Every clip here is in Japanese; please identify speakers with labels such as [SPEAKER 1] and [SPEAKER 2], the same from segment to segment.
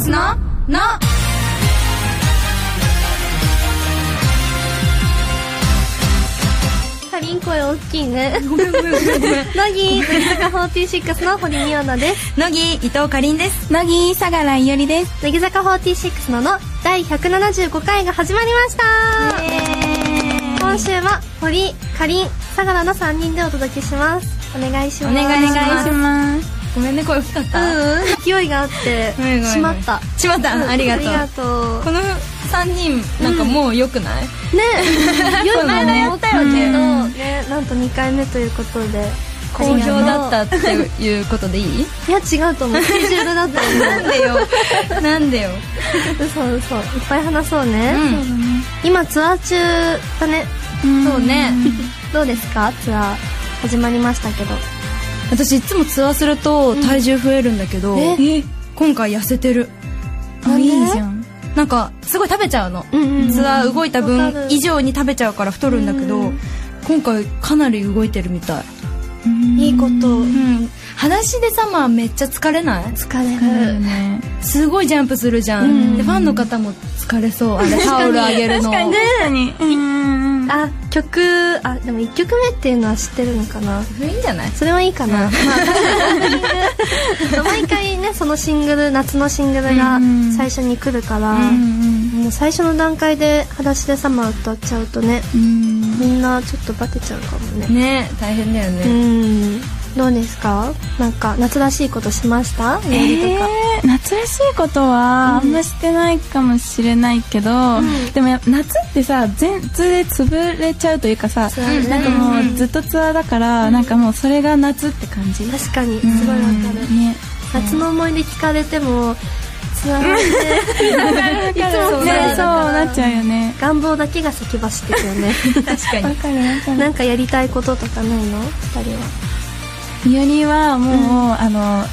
[SPEAKER 1] ツの「の」
[SPEAKER 2] かりん声大き いね。乃木、乃木坂46の堀美央奈です。
[SPEAKER 1] 乃木伊藤かりんです
[SPEAKER 3] 乃木相良伊織です
[SPEAKER 2] 乃木坂46のの第175回が始まりました今週は堀、かりん、相良の3人でお届けします。お願いします。
[SPEAKER 3] お願いします
[SPEAKER 1] ごめんね声大きかっ
[SPEAKER 2] う
[SPEAKER 1] た
[SPEAKER 2] ん、勢いがあって、
[SPEAKER 1] ごめんごめんごめん
[SPEAKER 2] しまった。
[SPEAKER 1] しまった
[SPEAKER 2] うん
[SPEAKER 1] ありがと
[SPEAKER 2] ありが
[SPEAKER 1] う
[SPEAKER 2] とう。
[SPEAKER 1] この3人なんかもう良くない
[SPEAKER 2] ねえ、良いもの
[SPEAKER 1] や
[SPEAKER 2] 持
[SPEAKER 1] っ
[SPEAKER 2] ったた
[SPEAKER 1] よ
[SPEAKER 2] よ
[SPEAKER 1] ね
[SPEAKER 2] けど、ね、なんと2回目ということで。
[SPEAKER 1] 好評だったっていうことでいい
[SPEAKER 2] いや違うと思うスケジュールだったよね
[SPEAKER 1] なんでよ なんでよ
[SPEAKER 2] 嘘嘘いっぱい話そうね、
[SPEAKER 1] うん
[SPEAKER 2] 今ツアー中だね
[SPEAKER 1] そうね
[SPEAKER 2] どうですかツアー始まりましたけど
[SPEAKER 1] 私いつもツアーすると体重増えるんだけど
[SPEAKER 2] え
[SPEAKER 1] え今回痩せてる
[SPEAKER 2] なんで
[SPEAKER 3] いいじゃん
[SPEAKER 1] なんかすごい食べちゃうの
[SPEAKER 2] うんうんうん
[SPEAKER 1] ツアー動いた
[SPEAKER 2] わか
[SPEAKER 1] 分
[SPEAKER 2] る
[SPEAKER 1] 以上に食べちゃうから太るんだけ
[SPEAKER 2] う
[SPEAKER 1] ど
[SPEAKER 2] ん
[SPEAKER 1] 今回かなり動いてるみたい
[SPEAKER 2] いいこと
[SPEAKER 1] うん裸足でさまあめっちゃ疲れない
[SPEAKER 2] 疲
[SPEAKER 3] だ
[SPEAKER 2] れ
[SPEAKER 3] よ
[SPEAKER 2] る
[SPEAKER 3] ね
[SPEAKER 1] すごいジャンプするじゃん、
[SPEAKER 2] うん
[SPEAKER 1] でファンの方も疲れそうあれタオルあげるの
[SPEAKER 3] 確かにうん
[SPEAKER 2] あ曲あでも1曲目っていうのは知ってるのかない
[SPEAKER 1] いんじゃない
[SPEAKER 2] それはいいかな、まあ私のタイミング 毎回ねそのシングル夏のシングルが
[SPEAKER 3] うん
[SPEAKER 2] 最初に来るから、もう最初の段階で「裸足でサマー」歌っちゃうとね
[SPEAKER 3] うん
[SPEAKER 2] みんなちょっとバテちゃうかもね
[SPEAKER 1] ね大変だよ
[SPEAKER 2] う
[SPEAKER 1] ね、
[SPEAKER 2] んどうですかなんか夏らしいことしました料理とか、
[SPEAKER 3] えー夏らしいことはあんましてないかもしれないけど、でもやっぱ夏ってさ全通で潰れちゃうというかさ、
[SPEAKER 2] ツアーね
[SPEAKER 3] なんかもうずっとツアーだから、なんかもうそれが夏って感じ、
[SPEAKER 2] 確かにすごいわかる、
[SPEAKER 3] うんね
[SPEAKER 2] 夏の思い出聞かれてもツ アーって
[SPEAKER 3] いつ
[SPEAKER 2] も
[SPEAKER 3] ね
[SPEAKER 2] ね
[SPEAKER 3] そうなっちゃうよね
[SPEAKER 2] 願望だけが先走ってくよね
[SPEAKER 1] 確か
[SPEAKER 3] わ
[SPEAKER 1] に
[SPEAKER 3] かるわかる
[SPEAKER 2] なんかやりたいこととかないの二人は
[SPEAKER 3] みおりはもう、あの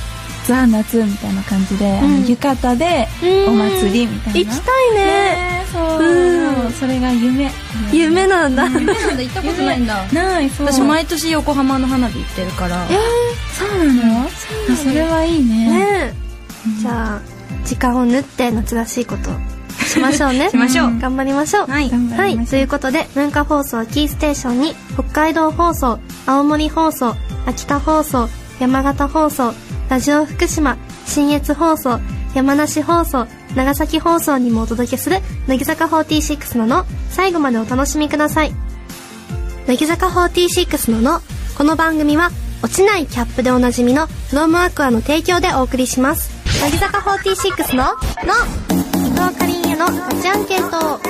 [SPEAKER 3] ザ・夏みたいな感じで、あの浴衣で
[SPEAKER 2] うん
[SPEAKER 3] お祭りみたいな、
[SPEAKER 2] 行きたいね
[SPEAKER 3] ねそう、
[SPEAKER 2] うん
[SPEAKER 3] もうそれが夢
[SPEAKER 2] 夢なんだ
[SPEAKER 1] なんだ行ったことないんだ
[SPEAKER 3] ないそう
[SPEAKER 1] 私毎年横浜の花火行ってるから
[SPEAKER 2] え
[SPEAKER 3] そうなの、あそれはいい
[SPEAKER 2] ー、
[SPEAKER 3] ね
[SPEAKER 2] ねえじゃあ時間を縫って夏らしいことしましょうね
[SPEAKER 1] しましょう
[SPEAKER 2] 頑張りましょう
[SPEAKER 1] はい
[SPEAKER 3] 頑張りましょう
[SPEAKER 2] ということで文化放送キーステーションに北海道放送青森放送秋田放送山形放送ラジオ福島信越放送山梨放送長崎放送にもお届けする乃木坂46のの最後までお楽しみください乃木坂46ののこの番組は落ちないキャップでおなじみのフロムアクアの提供でお送りします乃木坂46のの伊藤かりんへのガチアンケート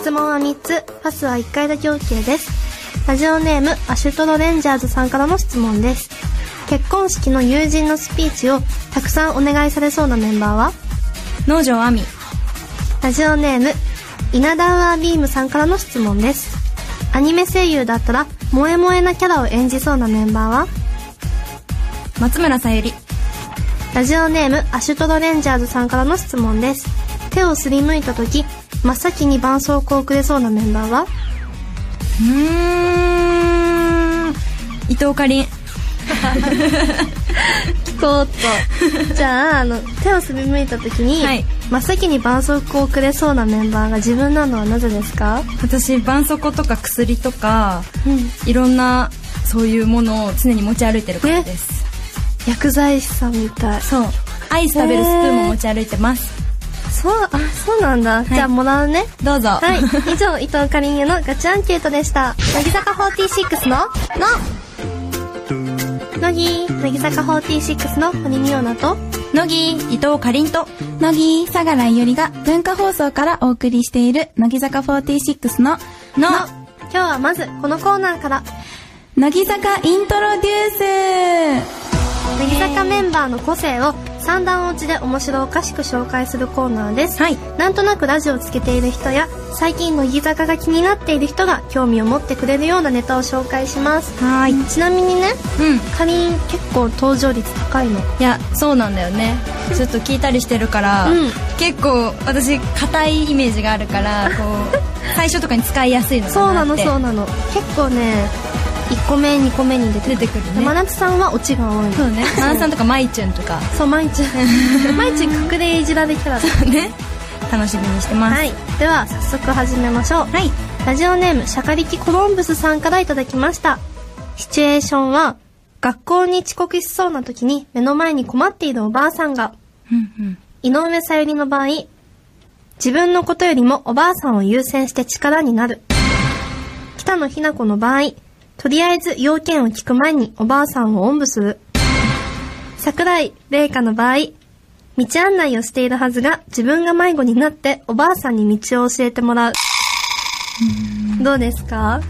[SPEAKER 2] 質問は3つパスは1回だけ OK ですラジオネームアシュトロレンジャーズさんからの質問です結婚式の友人のスピーチをたくさんお願いされそうなメンバーは
[SPEAKER 1] 農場亜美
[SPEAKER 2] ラジオネーム稲田ウアービームさんからの質問ですアニメ声優だったら萌え萌えなキャラを演じそうなメンバーは
[SPEAKER 1] 松村さゆり
[SPEAKER 2] ラジオネームアシュトロレンジャーズさんからの質問です手をすりむいた時真っ先に絆創膏をくれそうなメンバーは
[SPEAKER 1] うーん伊藤かりん
[SPEAKER 2] こうっとじゃああの手をすりむいた時に、
[SPEAKER 1] はい
[SPEAKER 2] 真っ先に絆創膏をくれそうなメンバーが自分なのはなぜですか
[SPEAKER 1] 私絆創膏とか薬とか
[SPEAKER 2] うん
[SPEAKER 1] いろんなそういうものを常に持ち歩いてるからです
[SPEAKER 2] 薬剤師さんみたい
[SPEAKER 1] そうアイス食べるスプーンも持ち歩いてます、
[SPEAKER 2] そうあそうなんだ、じゃあもらうね
[SPEAKER 1] どうぞ
[SPEAKER 2] はい、以上伊藤かりんへのガチアンケートでした。乃木坂46のの乃木乃木坂46の堀美央奈と
[SPEAKER 1] 乃木伊藤かりんと
[SPEAKER 3] 乃木相良伊織が文化放送からお送りしている乃木坂46の
[SPEAKER 1] の
[SPEAKER 2] の今日はまずこのコーナーから
[SPEAKER 3] 乃木坂イントロデュース
[SPEAKER 2] 乃木坂メンバーの個性を三段落ちで面白おかしく紹介するコーナーです。
[SPEAKER 1] はい
[SPEAKER 2] なんとなくラジオをつけている人や最近乃木坂が気になっている人が興味を持ってくれるようなネタを紹介します。
[SPEAKER 1] はーいうん
[SPEAKER 2] ちなみにね、かりん結構登場率高いの。
[SPEAKER 1] いやそうなんだよねちょっと聞いたりしてるから、
[SPEAKER 2] うん
[SPEAKER 1] 結構私硬いイメージが あるからこう最初とかに使いやすいのかなって
[SPEAKER 2] そうなのそうなの結構ね1個目2個目に出てく
[SPEAKER 1] 出
[SPEAKER 2] る
[SPEAKER 1] てくるね
[SPEAKER 2] 真夏さんはオチが多い
[SPEAKER 1] そう ねマナさんとかマイチュンとか
[SPEAKER 2] そうまいちゅんまいちゅん隠れいじられキャラだ
[SPEAKER 1] ね楽しみにしてます
[SPEAKER 2] はいでは早速始めましょう
[SPEAKER 1] はい
[SPEAKER 2] ラジオネームシャカリキコロンブスさんからいただきましたシチュエーションは学校に遅刻しそうな時に目の前に困っているおばあさんが
[SPEAKER 1] うんうん
[SPEAKER 2] 井上さゆりの場合自分のことよりもおばあさんを優先して力になる北野日な子の場合とりあえず要件を聞く前におばあさんをおんぶする桜井玲香の場合道案内をしているはずが自分が迷子になっておばあさんに道を教えてもらうどうですか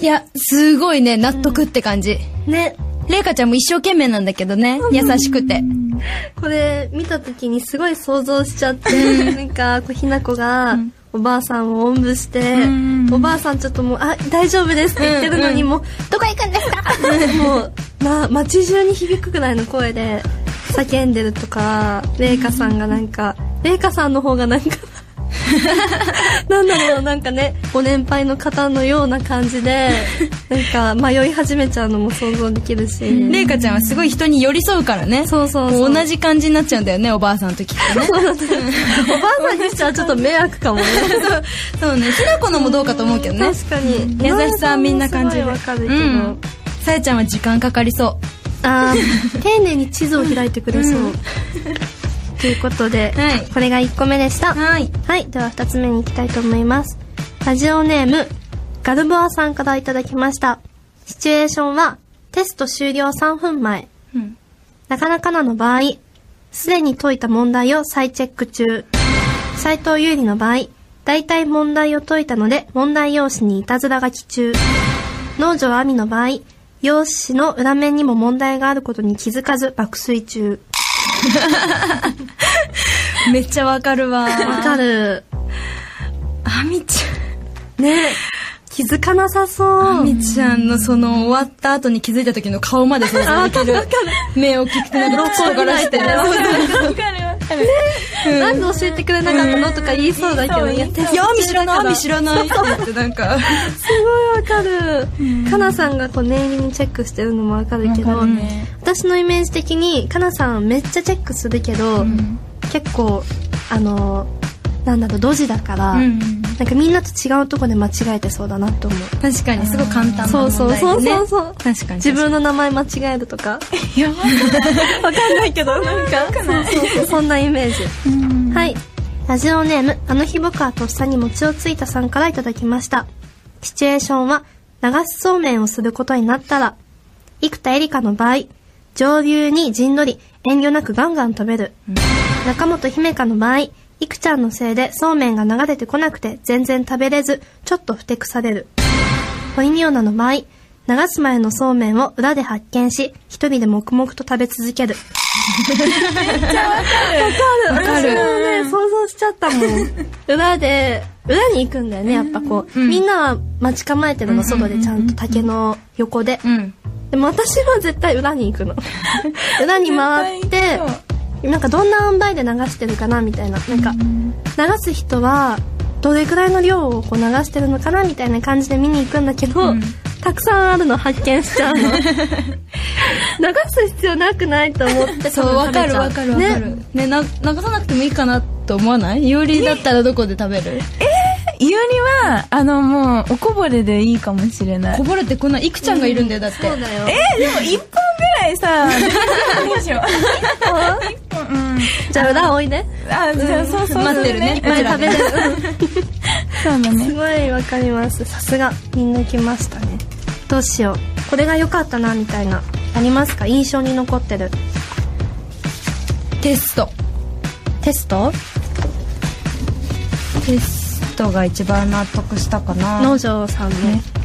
[SPEAKER 1] いやすごいね納得って感じ
[SPEAKER 2] ね
[SPEAKER 1] 麗華ちゃんも一生懸命なんだけどね優しくて
[SPEAKER 2] これ見た時にすごい想像しちゃってなんかこうひなこがおばあさんをおんぶして、
[SPEAKER 3] うん
[SPEAKER 2] おばあさんちょっともう「あ大丈夫です」って言ってるのにもう「どこ行くんですか?」もうな街中に響くくらいの声で叫んでるとか麗華さんがなんか麗華さんの方がなんか なんだろうなんかねご年配の方のような感じでなんか迷い始めちゃうのも想像できるし、
[SPEAKER 1] 麗華ちゃんはすごい人に寄り添うからね
[SPEAKER 2] そうそうそう
[SPEAKER 1] こ同じ感じになっちゃうんだよねおばあさんの時 ってね
[SPEAKER 2] おばあさんにしちゃちょっと迷惑かもね
[SPEAKER 1] そうねひなこのもどうかと思うけどね
[SPEAKER 2] 確かに
[SPEAKER 1] 優しさはみんな感じる
[SPEAKER 2] わかるけど、
[SPEAKER 1] うんさやちゃんは時間かかりそ
[SPEAKER 2] あー丁寧に地図を開いてくれそう、ということで、
[SPEAKER 1] はい
[SPEAKER 2] これが1個目でした
[SPEAKER 1] うはい
[SPEAKER 2] はいでは2つ目に行きたいと思いますラジオネームガルボアさんからいただきましたシチュエーションはテスト終了3分前
[SPEAKER 1] うん
[SPEAKER 2] なかなかなの場合、すでに解いた問題を再チェック中。斉藤優里の場合、大体問題を解いたので、問題用紙にいたずら書き中。農場亜美の場合、用紙の裏面にも問題があることに気づかず爆睡中。
[SPEAKER 1] めっちゃわかるわ
[SPEAKER 2] わかる。
[SPEAKER 1] あみち
[SPEAKER 2] ね気づかなさ
[SPEAKER 1] ゃん
[SPEAKER 2] そ
[SPEAKER 1] あ
[SPEAKER 2] う。
[SPEAKER 1] みちゃんのその終わった後に気づいた時の顔まで想像できる目をきくてなんかどっちとがらしてね
[SPEAKER 3] わかるわかる
[SPEAKER 2] なんで教えてくれなかったのとか言いそうだけど、
[SPEAKER 3] うん
[SPEAKER 2] いや、テス
[SPEAKER 1] いや
[SPEAKER 2] ト
[SPEAKER 1] あみ知らないあみ
[SPEAKER 2] す
[SPEAKER 1] 知らないって言ってなんか
[SPEAKER 2] ごいわかる。かなさんがこう念入りにチェックしてるのもわかるけ
[SPEAKER 3] わ
[SPEAKER 2] ど、
[SPEAKER 3] かるね
[SPEAKER 2] 私のイメージ的にかなさんめっちゃチェックするけど、結構あのなんだろうドジだから、なんかみんなと違うとこで間違えてそうだなって思う、
[SPEAKER 1] 確かにすごい簡単な
[SPEAKER 2] そ
[SPEAKER 1] 問
[SPEAKER 2] うそう
[SPEAKER 1] 題
[SPEAKER 2] そう
[SPEAKER 1] だ
[SPEAKER 2] そ
[SPEAKER 1] ね
[SPEAKER 2] うそう
[SPEAKER 1] 確かに
[SPEAKER 2] 自分の名前間違えると か
[SPEAKER 3] やばい
[SPEAKER 2] わかんないけどなんかそうそうそうそんなイメージはい。ラジオネーム、あの日僕はとっさに餅をついたさんからいただきました。シチュエーションは、流しそうめんをすることになったら、生田絵梨花の場合、上流に陣取り、遠慮なくガンガン食べる。中本姫香の場合、いくちゃんのせいでそうめんが流れてこなくて全然食べれず、ちょっとふてくされる。堀美央奈の場合、流す前のそうめんを裏で発見し、一人で黙々と食べ続ける。
[SPEAKER 1] わか
[SPEAKER 2] 私
[SPEAKER 1] る
[SPEAKER 2] もね、想像しちゃったもん。 裏で、裏に行くんだよね、やっぱこう。
[SPEAKER 1] うん
[SPEAKER 2] みんなは待ち構えてるの、外でちゃんと竹の横で。
[SPEAKER 1] うん
[SPEAKER 2] でも私は絶対裏に行くの。 裏に回って、なんかどんな塩梅で流してるかな、みたいな。なんか、流す人は、どれくらいの量をこう流してるのかなみたいな感じで見に行くんだけど、
[SPEAKER 1] うん
[SPEAKER 2] たくさんあるの発見しちゃうの流 す必要なくないと思って
[SPEAKER 1] そうわかるわかるわか
[SPEAKER 2] ね
[SPEAKER 1] るねな流さなくてもいいかなと思わないよりだったらどこで食べる
[SPEAKER 3] いおりはあのもうおこぼれでいいかもしれない
[SPEAKER 1] こぼれてこないいくちゃんがいるんだよだって
[SPEAKER 2] そうだよ
[SPEAKER 3] でも1本ぐらい さどう しよう1本うん
[SPEAKER 2] じゃあ裏おいで
[SPEAKER 3] あじゃあそうそうそう
[SPEAKER 1] 待ってるね
[SPEAKER 3] うん
[SPEAKER 2] 前食べれる
[SPEAKER 3] そうだ
[SPEAKER 2] す
[SPEAKER 3] ね
[SPEAKER 2] ごいわかりますさすがみんな来ましたねどうしようこれが良かったなみたいなありますか印象に残ってる
[SPEAKER 1] テスト
[SPEAKER 2] テスト
[SPEAKER 1] テストが一番納得したかな
[SPEAKER 2] 農場さんの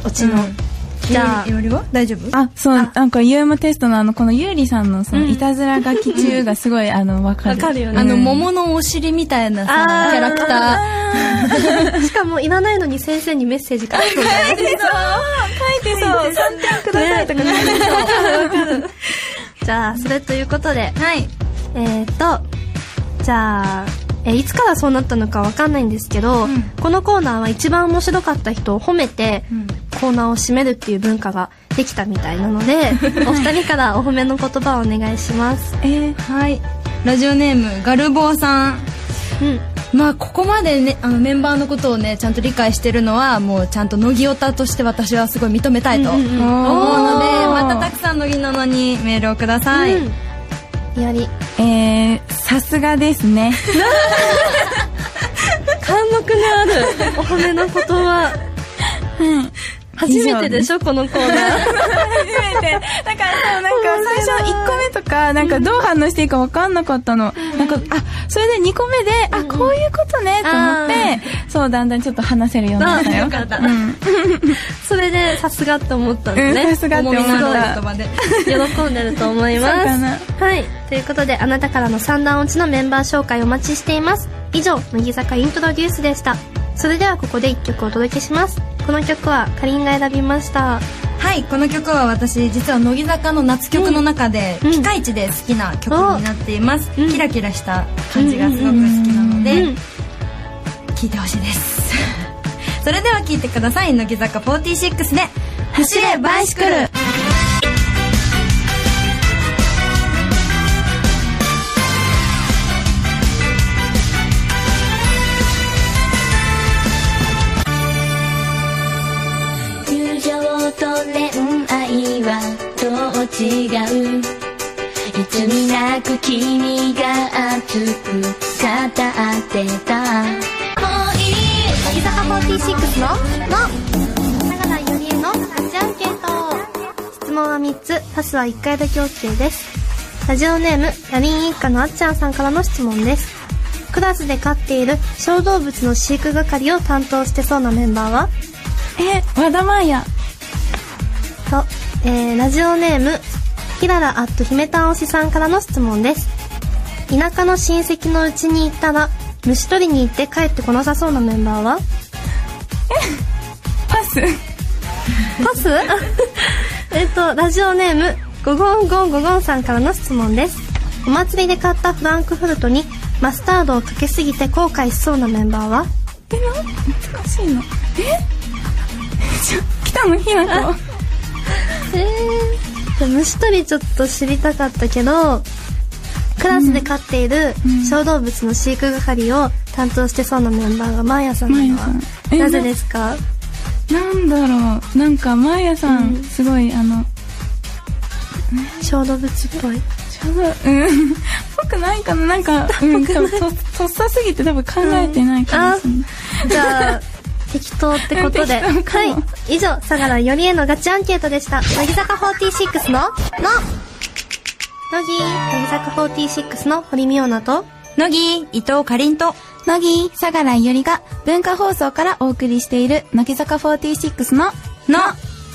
[SPEAKER 2] オチの、
[SPEAKER 1] うん
[SPEAKER 2] じゃあ
[SPEAKER 1] よりは大丈夫
[SPEAKER 3] あそうなんかユームテストのあのこのゆうりさんのその
[SPEAKER 2] うん
[SPEAKER 3] いたずら書き中がすご いあのわかる
[SPEAKER 2] わかるよね
[SPEAKER 1] あの桃のお尻みたいな
[SPEAKER 2] あ
[SPEAKER 1] さ
[SPEAKER 2] ー
[SPEAKER 1] キャラクタ
[SPEAKER 2] しかもいらないのに先生にメッセージ書いてる
[SPEAKER 3] 書いてそう書いてそう3点くださいとか書いてそう
[SPEAKER 2] じゃあそれということで
[SPEAKER 1] ーはい
[SPEAKER 2] えー、とじゃあえーいつからそうなったのかわかんないんですけど、
[SPEAKER 1] うん
[SPEAKER 2] このコーナーは一番面白かった人を褒めて、
[SPEAKER 1] うん
[SPEAKER 2] コーナーを締めるっていう文化ができたみたいなのでお二人からお褒めの言葉をお願いします
[SPEAKER 3] えー、
[SPEAKER 1] はいラジオネームガルボーさん
[SPEAKER 2] うん
[SPEAKER 1] まあここまでねあのメンバーのことをねちゃんと理解してるのはもうちゃんと乃木オタとして私はすごい認めたいと思うので、
[SPEAKER 2] うんうん
[SPEAKER 3] おー
[SPEAKER 1] またたくさん乃木なのにメールをください、
[SPEAKER 2] うん、より
[SPEAKER 3] えー、さすがです ね。
[SPEAKER 2] 貫禄のある お褒めの言葉初めてでしょこのコーナー
[SPEAKER 3] 初めて。だからさ、なんか最初1個目とか、なんかどう反応していいか分かんなかったの。なんか、あ、それで2個目で、あ、こういうことね、と思って、そう、だんだんちょっと話せるようになったよ。
[SPEAKER 2] あよかった
[SPEAKER 3] うん。
[SPEAKER 2] それでさすがって思ったん
[SPEAKER 3] う
[SPEAKER 2] で
[SPEAKER 3] ん
[SPEAKER 2] ね、
[SPEAKER 3] さすがって
[SPEAKER 1] 重み
[SPEAKER 3] 思
[SPEAKER 1] の
[SPEAKER 3] っ
[SPEAKER 1] ある
[SPEAKER 3] た。
[SPEAKER 1] 言葉で
[SPEAKER 2] 喜んでると思います
[SPEAKER 3] そうかな
[SPEAKER 2] はいということであなたからの三段落ちのメンバー紹介お待ちしています以上乃木坂イントロデュースでしたそれではここで1曲お届けしますこの曲はかりんが選びまし
[SPEAKER 1] は
[SPEAKER 2] た
[SPEAKER 1] いこの曲は私実は乃木坂の夏曲の中で、
[SPEAKER 2] うん
[SPEAKER 1] ピカイチで好きな曲になっています、
[SPEAKER 2] うん
[SPEAKER 1] キラキラした感じがすごく好きなので、
[SPEAKER 2] うん
[SPEAKER 1] 聴いてほしいです それでは聴いてください乃木坂46で「走れバイシクル」
[SPEAKER 4] 友情と恋愛はどう違ういつになく君が熱く語ってたもういい
[SPEAKER 2] 乃木坂46のの長田よりのじゃんけんと質問は3つパスは1回だけ OK ですラジオネームヤリン一家のあっちゃんさんからの質問ですクラスで飼っている小動物の飼育係を担当してそうなメンバーは
[SPEAKER 3] え、和田まや。
[SPEAKER 2] と、えーラジオネームひららアットひめたんおしさんからの質問です田舎の親戚のうちに行ったら虫取りに行って帰ってこなさそうなメンバーは
[SPEAKER 3] パス。
[SPEAKER 2] パス えっとラジオネームゴゴンゴンゴゴンさんからの質問ですお祭りで買ったフランクフルトにマスタードをかけすぎて後悔しそうなメンバーは
[SPEAKER 3] え、なん難しいの。え ちょ、来たのひなこ。
[SPEAKER 2] えー、虫取りちょっと知りたかったけどクラスで飼っている小動物の飼育係を担当してそうなメンバーがマーヤさんなのは
[SPEAKER 3] マーヤさんえ
[SPEAKER 2] なぜですか
[SPEAKER 3] なんだろう。なんか、まやさん、すごい、あの、
[SPEAKER 2] 小動物っぽい
[SPEAKER 3] ちょうど、うん。 ぽくないかななんか、うん、多分と、とっさすぎて多分考えてないかもしれな い。
[SPEAKER 2] じゃあ適当ってことで
[SPEAKER 3] うん適当かも
[SPEAKER 2] はい以上相良よりへのガチアンケートでした乃木坂46の「の」乃木乃木坂46の堀美央奈と
[SPEAKER 1] 乃木伊藤かりんと
[SPEAKER 3] 乃木、相良よりが文化放送からお送りしている、乃木坂46の、
[SPEAKER 1] の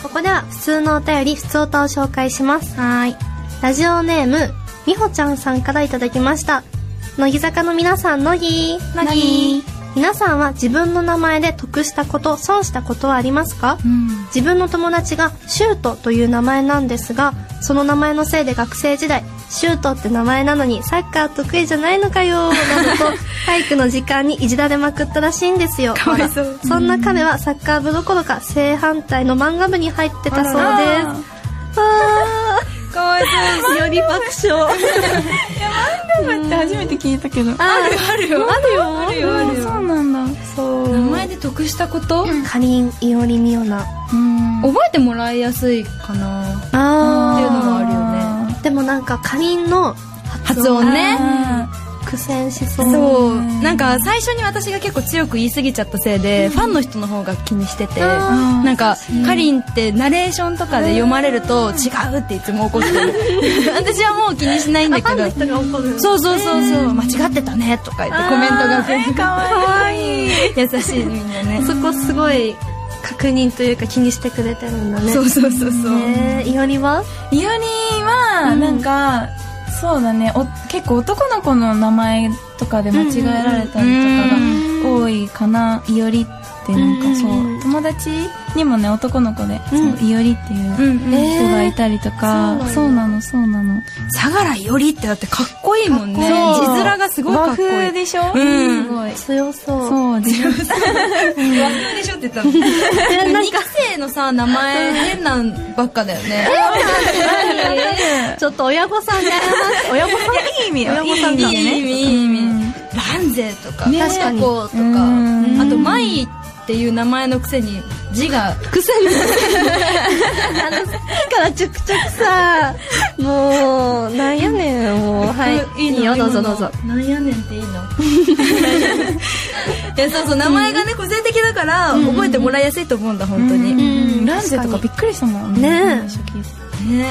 [SPEAKER 2] ここでは普通のお便り普通歌を紹介します
[SPEAKER 1] はい
[SPEAKER 2] ラジオネームみほちゃんさんからいただきました乃木坂の皆さん乃木
[SPEAKER 1] 乃木
[SPEAKER 2] 皆さんは自分の名前で得したこと損したことはありますか、
[SPEAKER 1] うん
[SPEAKER 2] 自分の友達がシュートという名前なんですがその名前のせいで学生時代シュートって名前なのにサッカー得意じゃないのかよな どと体育の時間にいじられまくったらしいんですよ
[SPEAKER 1] かわいそう
[SPEAKER 2] そんな彼はサッカー部どころか正反対の漫画部に入ってたそうですあ
[SPEAKER 1] かわいそう
[SPEAKER 2] ーより爆 笑
[SPEAKER 3] そうだって初めて聞いたけど。あ、
[SPEAKER 2] あるあるよあるよ
[SPEAKER 1] るよあるよ
[SPEAKER 3] そうなんだ。
[SPEAKER 2] そう
[SPEAKER 1] 名前で得したこと、
[SPEAKER 2] かりんいおりみおな
[SPEAKER 3] うん。
[SPEAKER 1] 覚えてもらいやすいかな
[SPEAKER 2] あ
[SPEAKER 1] っていうのもあるよ
[SPEAKER 2] でもなんかかりんの
[SPEAKER 1] 発音ね
[SPEAKER 2] 苦戦しそう
[SPEAKER 1] そう
[SPEAKER 3] うん
[SPEAKER 1] なんか最初に私が結構強く言い過ぎちゃったせいで、ファンの人の方が気にしてて
[SPEAKER 2] あ
[SPEAKER 3] ー
[SPEAKER 1] なんかかりんってナレーションとかで読まれると違うっていつも怒って る私はもう気にしないんだ
[SPEAKER 2] ファ
[SPEAKER 1] け
[SPEAKER 2] ン
[SPEAKER 1] ど
[SPEAKER 2] の人が怒る
[SPEAKER 1] そうそうそうそう間違ってたねとか言ってコメントが全部
[SPEAKER 3] かわいい。
[SPEAKER 1] 優しいみんなね
[SPEAKER 2] そこすごい確認というか気にしてくれてるんだね
[SPEAKER 1] そうそうそうそう、
[SPEAKER 2] ねえいおりは
[SPEAKER 3] イオリは、なんか、そうだねお結構男の子の名前とかで間違えられたりとかが多いかな、いおりってなんかそう、
[SPEAKER 2] うん
[SPEAKER 3] 友達にもね男の子で、
[SPEAKER 2] うん
[SPEAKER 3] そういおりっていううん
[SPEAKER 1] うん
[SPEAKER 2] え
[SPEAKER 3] 人がいたりとか、
[SPEAKER 2] えー
[SPEAKER 3] そうなのそうなの
[SPEAKER 1] 相良よりってだってかっこいいもんね字
[SPEAKER 3] そう
[SPEAKER 1] 面がすごいかっこいい
[SPEAKER 3] 和風でしょ、
[SPEAKER 1] うん
[SPEAKER 3] すごい
[SPEAKER 2] 強そう
[SPEAKER 3] そう自分
[SPEAKER 1] 和風でしょってってたの2期生のさ名前変なんばっかだよね
[SPEAKER 2] ちょっと親御さんで謝って親御さん
[SPEAKER 3] いい意味よ。
[SPEAKER 2] 親御さん
[SPEAKER 1] い
[SPEAKER 2] だ
[SPEAKER 1] い意味いい意味ランゼとか
[SPEAKER 2] ね
[SPEAKER 1] 確かにとか
[SPEAKER 3] うん
[SPEAKER 1] あとマイっていう名前のくせに字が
[SPEAKER 2] 癖に あのさっきからちょくちょくさもうなんやねんもうはいいいよどうぞどうぞ
[SPEAKER 1] なんやねんっていいの いやそうそう名前がね個性的だから覚えてもらいやすいと思うんだ本当にね
[SPEAKER 2] うん
[SPEAKER 3] ランゼとかびっくりしたもん
[SPEAKER 2] ねえ
[SPEAKER 3] 初期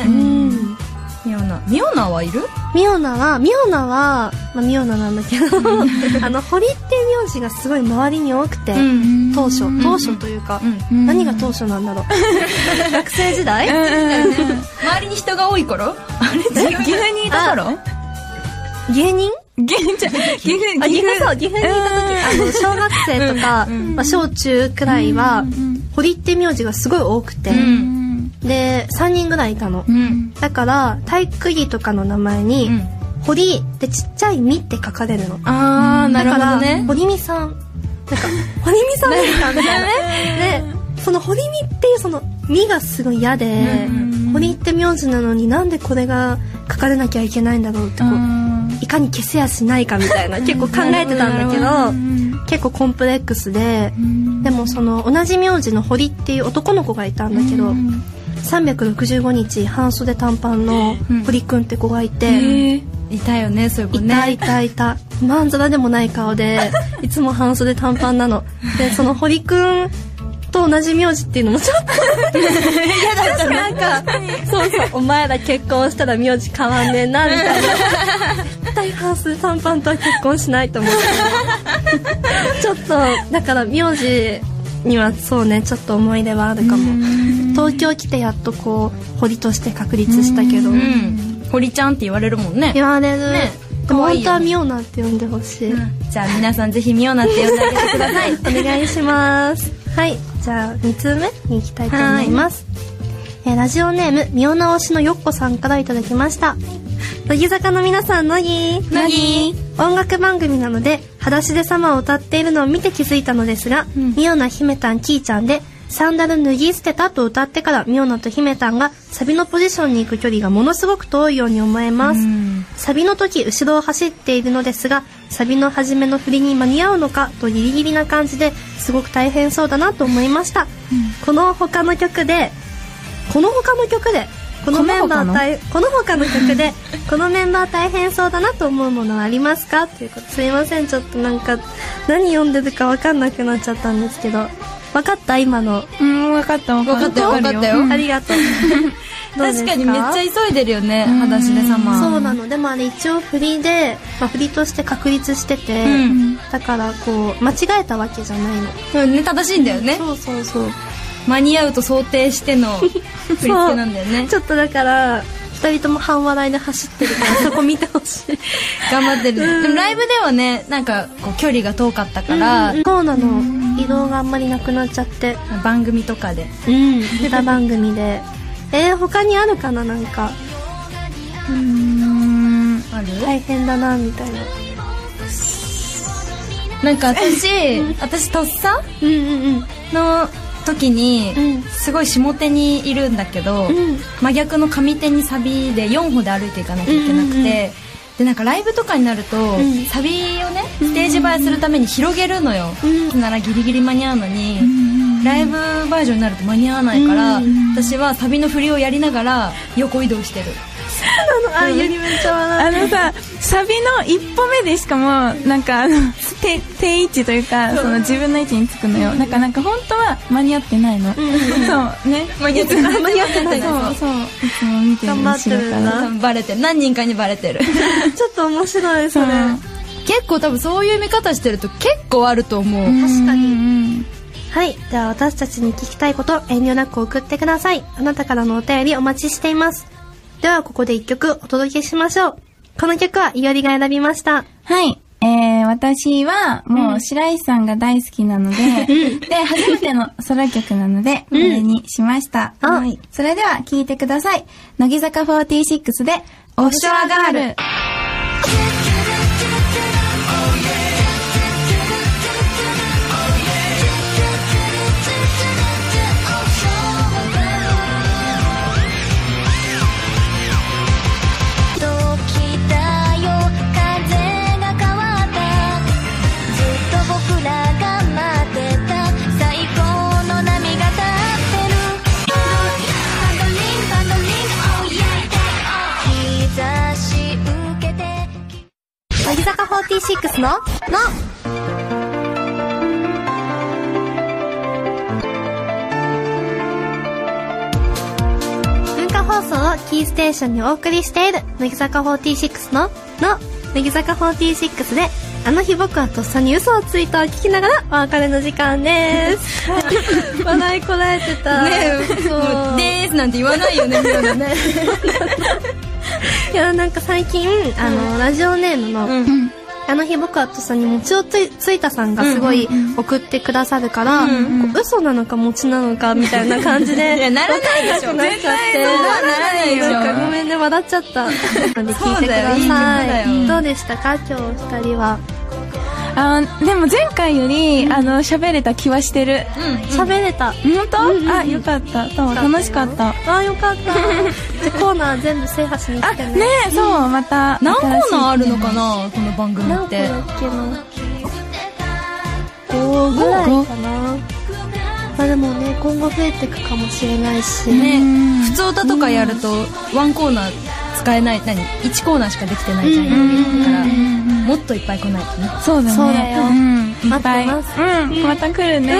[SPEAKER 2] うん
[SPEAKER 1] ミオナミオナはいる
[SPEAKER 2] ミオナはミオナは、まあ、ミオナなんだけどあの堀って名字がすごい周りに多くて、
[SPEAKER 1] ん
[SPEAKER 2] 当初当初というか、
[SPEAKER 3] うん
[SPEAKER 2] 何が当初なんだろう学生時代
[SPEAKER 1] 周りに人が多い頃あれ
[SPEAKER 3] え岐阜にいた頃
[SPEAKER 2] 芸人
[SPEAKER 3] 岐阜じゃ岐阜
[SPEAKER 2] あ岐阜そう岐阜にいた時あの小学生とか、まあ、小中くらいは、堀って名字がすごい多くて、
[SPEAKER 1] うん
[SPEAKER 2] で3人ぐらいいたの、
[SPEAKER 1] うん
[SPEAKER 2] だから体育着とかの名前に
[SPEAKER 1] うん
[SPEAKER 2] 「堀」ってちっちゃい「み」って書かれるの
[SPEAKER 1] ああな
[SPEAKER 2] だ
[SPEAKER 1] る
[SPEAKER 2] か
[SPEAKER 1] ほ
[SPEAKER 2] ら
[SPEAKER 1] どね
[SPEAKER 2] 堀美さ んなんか「堀美さんですか」みたいなでその「堀美」っていうその「み」がすごい嫌で
[SPEAKER 1] うんうん
[SPEAKER 2] 「堀」って名字なのになんでこれが書かれなきゃいけないんだろうってこういかに消せやしないかみたいな結構考えてたんだけど結構コンプレックスででもその同じ名字の堀っていう男の子がいたんだけど365日半袖短パンの堀くんって子がいて。
[SPEAKER 1] いたよねそういう子
[SPEAKER 2] いた
[SPEAKER 1] ね
[SPEAKER 2] いたいたまんざらでもない顔でいつも半袖短パンなのでその堀くんと同じ名字っていうのもちょっと嫌だったなんかそうそうお前ら結婚したら名字変わんねえなみたいな絶対半袖短パンとは結婚しないと思うちょっとだから名字にはそうねちょっと思い出はあるかも東京来てやっとこう堀として確立したけど
[SPEAKER 1] うん堀ちゃんって言われるもんね
[SPEAKER 2] 言われる、
[SPEAKER 1] ね
[SPEAKER 2] でも
[SPEAKER 1] 可愛
[SPEAKER 2] 本
[SPEAKER 1] い
[SPEAKER 2] 当
[SPEAKER 1] よ
[SPEAKER 2] は
[SPEAKER 1] ね
[SPEAKER 2] ミオナって呼んでほしい、
[SPEAKER 1] じゃあ皆さんぜひミオナって呼んであげ てください
[SPEAKER 2] お願いしますはいじゃあ2通目に行きたいと思いますえーラジオネームみおなおしのよっこさんからいただきました乃木坂の皆さん乃木
[SPEAKER 1] 乃木
[SPEAKER 2] 音楽番組なので「裸足で様」を歌っているのを見て気づいたのですが、みおなひめたんきーちゃんで「サンダル脱ぎ捨てた」と歌ってからみおなとひめたんがサビのポジションに行く距離がものすごく遠いように思えます、サビの時後ろを走っているのですがサビの初めの振りに間に合うのかとギリギリな感じですごく大変そうだなと思いました、この他の曲でこの他の曲でこのメンバー大この他の曲で このメンバー大変そうだなと思うものはありますかということすいませんちょっとなんか何読んでるか分かんなくなっちゃったんですけど分かった今の、
[SPEAKER 3] うん分かった分かった
[SPEAKER 1] わかったよわかったよ
[SPEAKER 3] うん
[SPEAKER 2] ありがとう どうです
[SPEAKER 1] 確かにめっちゃ急いでるよね裸足で様
[SPEAKER 2] そうなのでもあれ一応振りで、まあ、振りとして確立してて、
[SPEAKER 1] うん
[SPEAKER 2] だからこう間違えたわけじゃないの
[SPEAKER 1] うんね正しいんだよね
[SPEAKER 2] そうそうそう
[SPEAKER 1] 間に合うと想定して の振り付けなんだよね
[SPEAKER 2] ちょっとだから2人とも半笑いで走ってる からそこ見てほしい
[SPEAKER 1] 頑張ってるでもライブではねなんかこう距離が遠かったから
[SPEAKER 2] うんそうなの移動があんまりなくなっちゃって
[SPEAKER 1] 番組とかで
[SPEAKER 2] うん歌番組 でえー、他にあるかななんか
[SPEAKER 1] ある
[SPEAKER 2] 大変だなみたいな
[SPEAKER 1] なんか私私とっさ
[SPEAKER 2] うんうんうん
[SPEAKER 1] の時に
[SPEAKER 2] うん
[SPEAKER 1] すごい下手にいるんだけど
[SPEAKER 2] ん
[SPEAKER 1] 真逆の上手にサビで4歩で歩いていかなきゃいけなく
[SPEAKER 2] うんうんうん
[SPEAKER 1] てでなんかライブとかになると
[SPEAKER 2] ん
[SPEAKER 1] サビをねステージ映えするために広げるのよ
[SPEAKER 2] うん
[SPEAKER 1] ならギリギリ間に合うのにライブバージョンになると間に合わないから私はサビの振りをやりながら横移動してる
[SPEAKER 2] あゆりめっちゃ笑
[SPEAKER 3] あのさサビの一歩目でしかもなんかあの手定位置というかその自分の位置につくのよだからなんか本当は間に合ってないのそうね
[SPEAKER 1] 間に合って ない間に合ってない
[SPEAKER 3] そうそういつも見てる
[SPEAKER 2] 頑張ってるんだ
[SPEAKER 3] 後ろから
[SPEAKER 1] バレてる何人かにバレてる
[SPEAKER 2] うちょっと面白いそれ
[SPEAKER 3] うん
[SPEAKER 1] 結構多分そういう見方してると結構あると思う、
[SPEAKER 2] 確かに
[SPEAKER 3] うん
[SPEAKER 2] はい。では私たちに聞きたいこと、遠慮なく送ってください。あなたからのお便りお待ちしています。ではここで一曲お届けしましょう。この曲はいおりが選びました。
[SPEAKER 3] はい。えー、私は、もう、白石さんが大好きなので、で、初めてのソロ曲なので、これにしました。
[SPEAKER 2] あ
[SPEAKER 3] はい。それでは、聴いてください。乃木坂46で、オフショアガール。
[SPEAKER 4] 「
[SPEAKER 2] 6の、の文化放送をキーステーションにお送りしている、乃木坂46の、の、乃木坂46で、あの日僕はとっさに嘘をついたを聞きながらお別れの時間 です。笑いこらえてた。そう
[SPEAKER 1] でーすなんて言わないよねみんなね
[SPEAKER 2] いやなんか最近あの、ラジオネームの、
[SPEAKER 1] ん
[SPEAKER 2] あの日僕はとさんに餅をついついたさんがすごい送ってくださるから、こう嘘なのか餅なのかみたいな感じで
[SPEAKER 1] いやならないでしょ
[SPEAKER 2] なっちゃって
[SPEAKER 1] はなら ないよ
[SPEAKER 2] なんかごめんね笑っちゃったなんで聞いてくだ
[SPEAKER 1] そうだ
[SPEAKER 2] さ
[SPEAKER 1] よいい曲だよ
[SPEAKER 2] いどうでしたか今日お二人は
[SPEAKER 3] あーでも前回より、あの喋れた気はしてる
[SPEAKER 2] 喋、れた
[SPEAKER 3] 本当、あよかったどうも楽しかった
[SPEAKER 2] あーよかったでコーナー全部制覇しに
[SPEAKER 3] あ
[SPEAKER 2] 来てね
[SPEAKER 3] ねえそうまた
[SPEAKER 1] 何コー
[SPEAKER 3] 新しい
[SPEAKER 1] ナーあるのかなこの番組
[SPEAKER 2] 何
[SPEAKER 1] っ
[SPEAKER 2] 個
[SPEAKER 1] て
[SPEAKER 2] だっけな5ぐらいかなまあでもね今後増えてくかもしれないし、
[SPEAKER 1] ね普通歌とかやるとワンコーナー使えない何1コーナーしかできてないじゃんだからもっといっぱい来ないとね
[SPEAKER 3] そうだね
[SPEAKER 2] そうだよ
[SPEAKER 3] ん、いっぱい
[SPEAKER 2] 待って
[SPEAKER 3] うんまた来るね、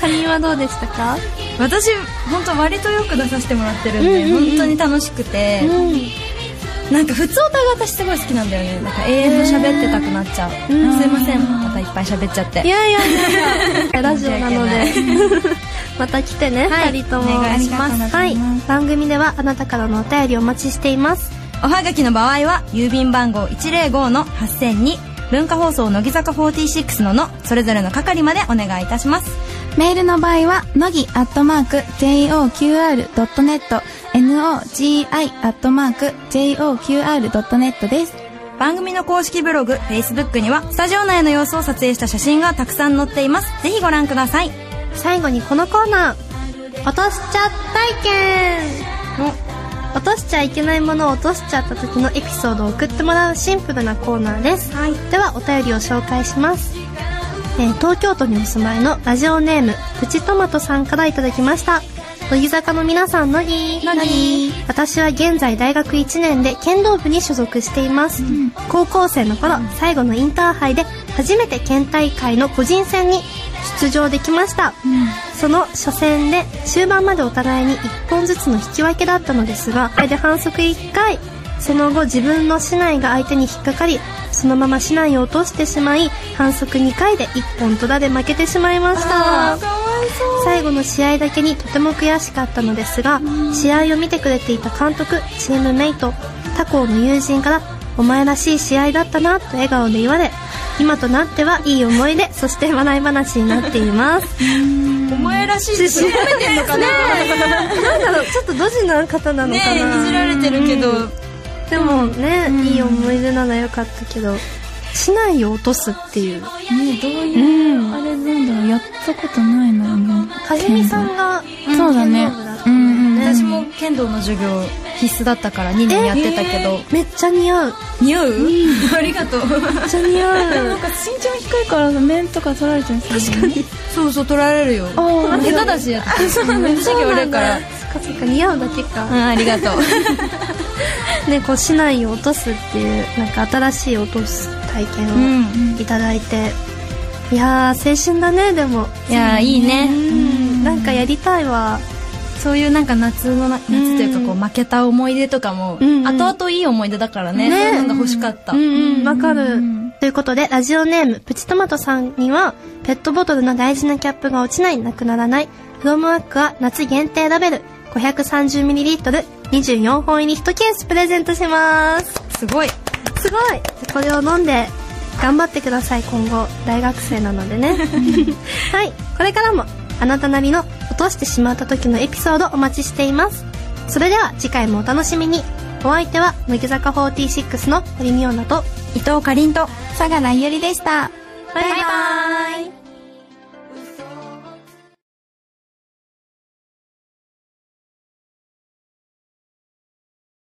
[SPEAKER 2] カニはどうでしたか
[SPEAKER 1] 私本当割とよく出させてもらってるんで本当に楽しくて
[SPEAKER 2] うん
[SPEAKER 1] なんか普通歌が私すごい好きなんだよねなんか永遠と喋ってたくなっちゃうすいませんまたいっぱい喋っちゃって
[SPEAKER 2] いやいやいやいやラジオなのでまた来てね、二人とも
[SPEAKER 1] お願いします
[SPEAKER 2] はい番組ではあなたからのお便りお待ちしています
[SPEAKER 1] おはがきの場合は郵便番号105の8000に文化放送乃木坂46ののそれぞれの係までお願いいたします
[SPEAKER 3] メールの場合は、のぎアットマーク、joqr.net、nogi アットマーク、joqr.net です。
[SPEAKER 1] 番組の公式ブログ Facebook にはスタジオ内の様子を撮影した写真がたくさん載っていますぜひご覧ください
[SPEAKER 2] 最後にこのコーナー落としちゃ体験落としちゃいけないものを落としちゃった時のエピソードを送ってもらうシンプルなコーナーです、
[SPEAKER 1] はい
[SPEAKER 2] ではお便りを紹介します、えー東京都にお住まいのラジオネームプチトマトさんからいただきました乃木坂の皆さん乃木
[SPEAKER 1] 乃木
[SPEAKER 2] 私は現在大学1年で剣道部に所属しています、高校生の頃最後のインターハイで初めて県大会の個人戦に出場できました、その初戦で終盤までお互いに1本ずつの引き分けだったのですがこれで反則1回その後自分の竹刀が相手に引っかかりそのまま竹刀を落としてしまい反則2回で1本取られ負けてしまいました最後の試合だけにとても悔しかったのですが試合を見てくれていた監督チームメイト他校の友人から「お前らしい試合だったな」と笑顔で言われ今となってはいい思い出そして笑い話になっています
[SPEAKER 1] お前らしいって褒めてんのかな
[SPEAKER 2] なんだろうちょっとドジな方なの
[SPEAKER 1] ね
[SPEAKER 2] か
[SPEAKER 1] えいじ
[SPEAKER 2] な、
[SPEAKER 1] られてるけど
[SPEAKER 2] でもね、いい思い出ならよかったけど市内を落とすっていう
[SPEAKER 3] ねどういう、あれなんだろう、やったことないな、もう
[SPEAKER 2] 風見さんが
[SPEAKER 3] そうだね
[SPEAKER 2] 剣道部った。
[SPEAKER 3] う
[SPEAKER 2] の
[SPEAKER 3] んうん。
[SPEAKER 1] 私も剣道の授業必須だったから2年やってたけど
[SPEAKER 2] めっちゃ似合う
[SPEAKER 1] 似合う ありがとう
[SPEAKER 2] めっちゃ似 合う
[SPEAKER 3] 身長低いから面とか取られちゃう確かに。
[SPEAKER 1] そうそう取られるよ
[SPEAKER 3] あ
[SPEAKER 1] 下手だしやって 授業
[SPEAKER 2] そう
[SPEAKER 1] あ
[SPEAKER 2] な
[SPEAKER 1] る
[SPEAKER 2] ん
[SPEAKER 1] か
[SPEAKER 2] だ
[SPEAKER 1] ら
[SPEAKER 2] そっかそっか似合うだけか
[SPEAKER 1] うんありがとう
[SPEAKER 2] ね、こう市内を落とすっていうなんか新しい落とす体験をいただいて、いやー青春だねでも
[SPEAKER 1] いやーいいね
[SPEAKER 2] うんなんかやりたいわ
[SPEAKER 1] そういうなんか夏のな夏というかこう負けた思い出とかも後
[SPEAKER 2] うん
[SPEAKER 1] 々いい思い出だからね
[SPEAKER 2] ね
[SPEAKER 1] そういうのが欲しかった
[SPEAKER 2] うんうんわかる、ということでラジオネームプチトマトさんにはペットボトルの大事なキャップが落ちないなくならないフロムワークは夏限定ラベル 530ml24 本入り1ケースプレゼントします
[SPEAKER 1] すごい
[SPEAKER 2] すごいこれを飲んで頑張ってください今後大学生なのでねはいこれからもあなたなりの落としてしまった時のエピソードお待ちしていますそれでは次回もお楽しみにお相手は乃木坂46の堀美央奈と
[SPEAKER 1] 伊藤かりんと
[SPEAKER 3] 相良ゆりでした。
[SPEAKER 2] バイバイ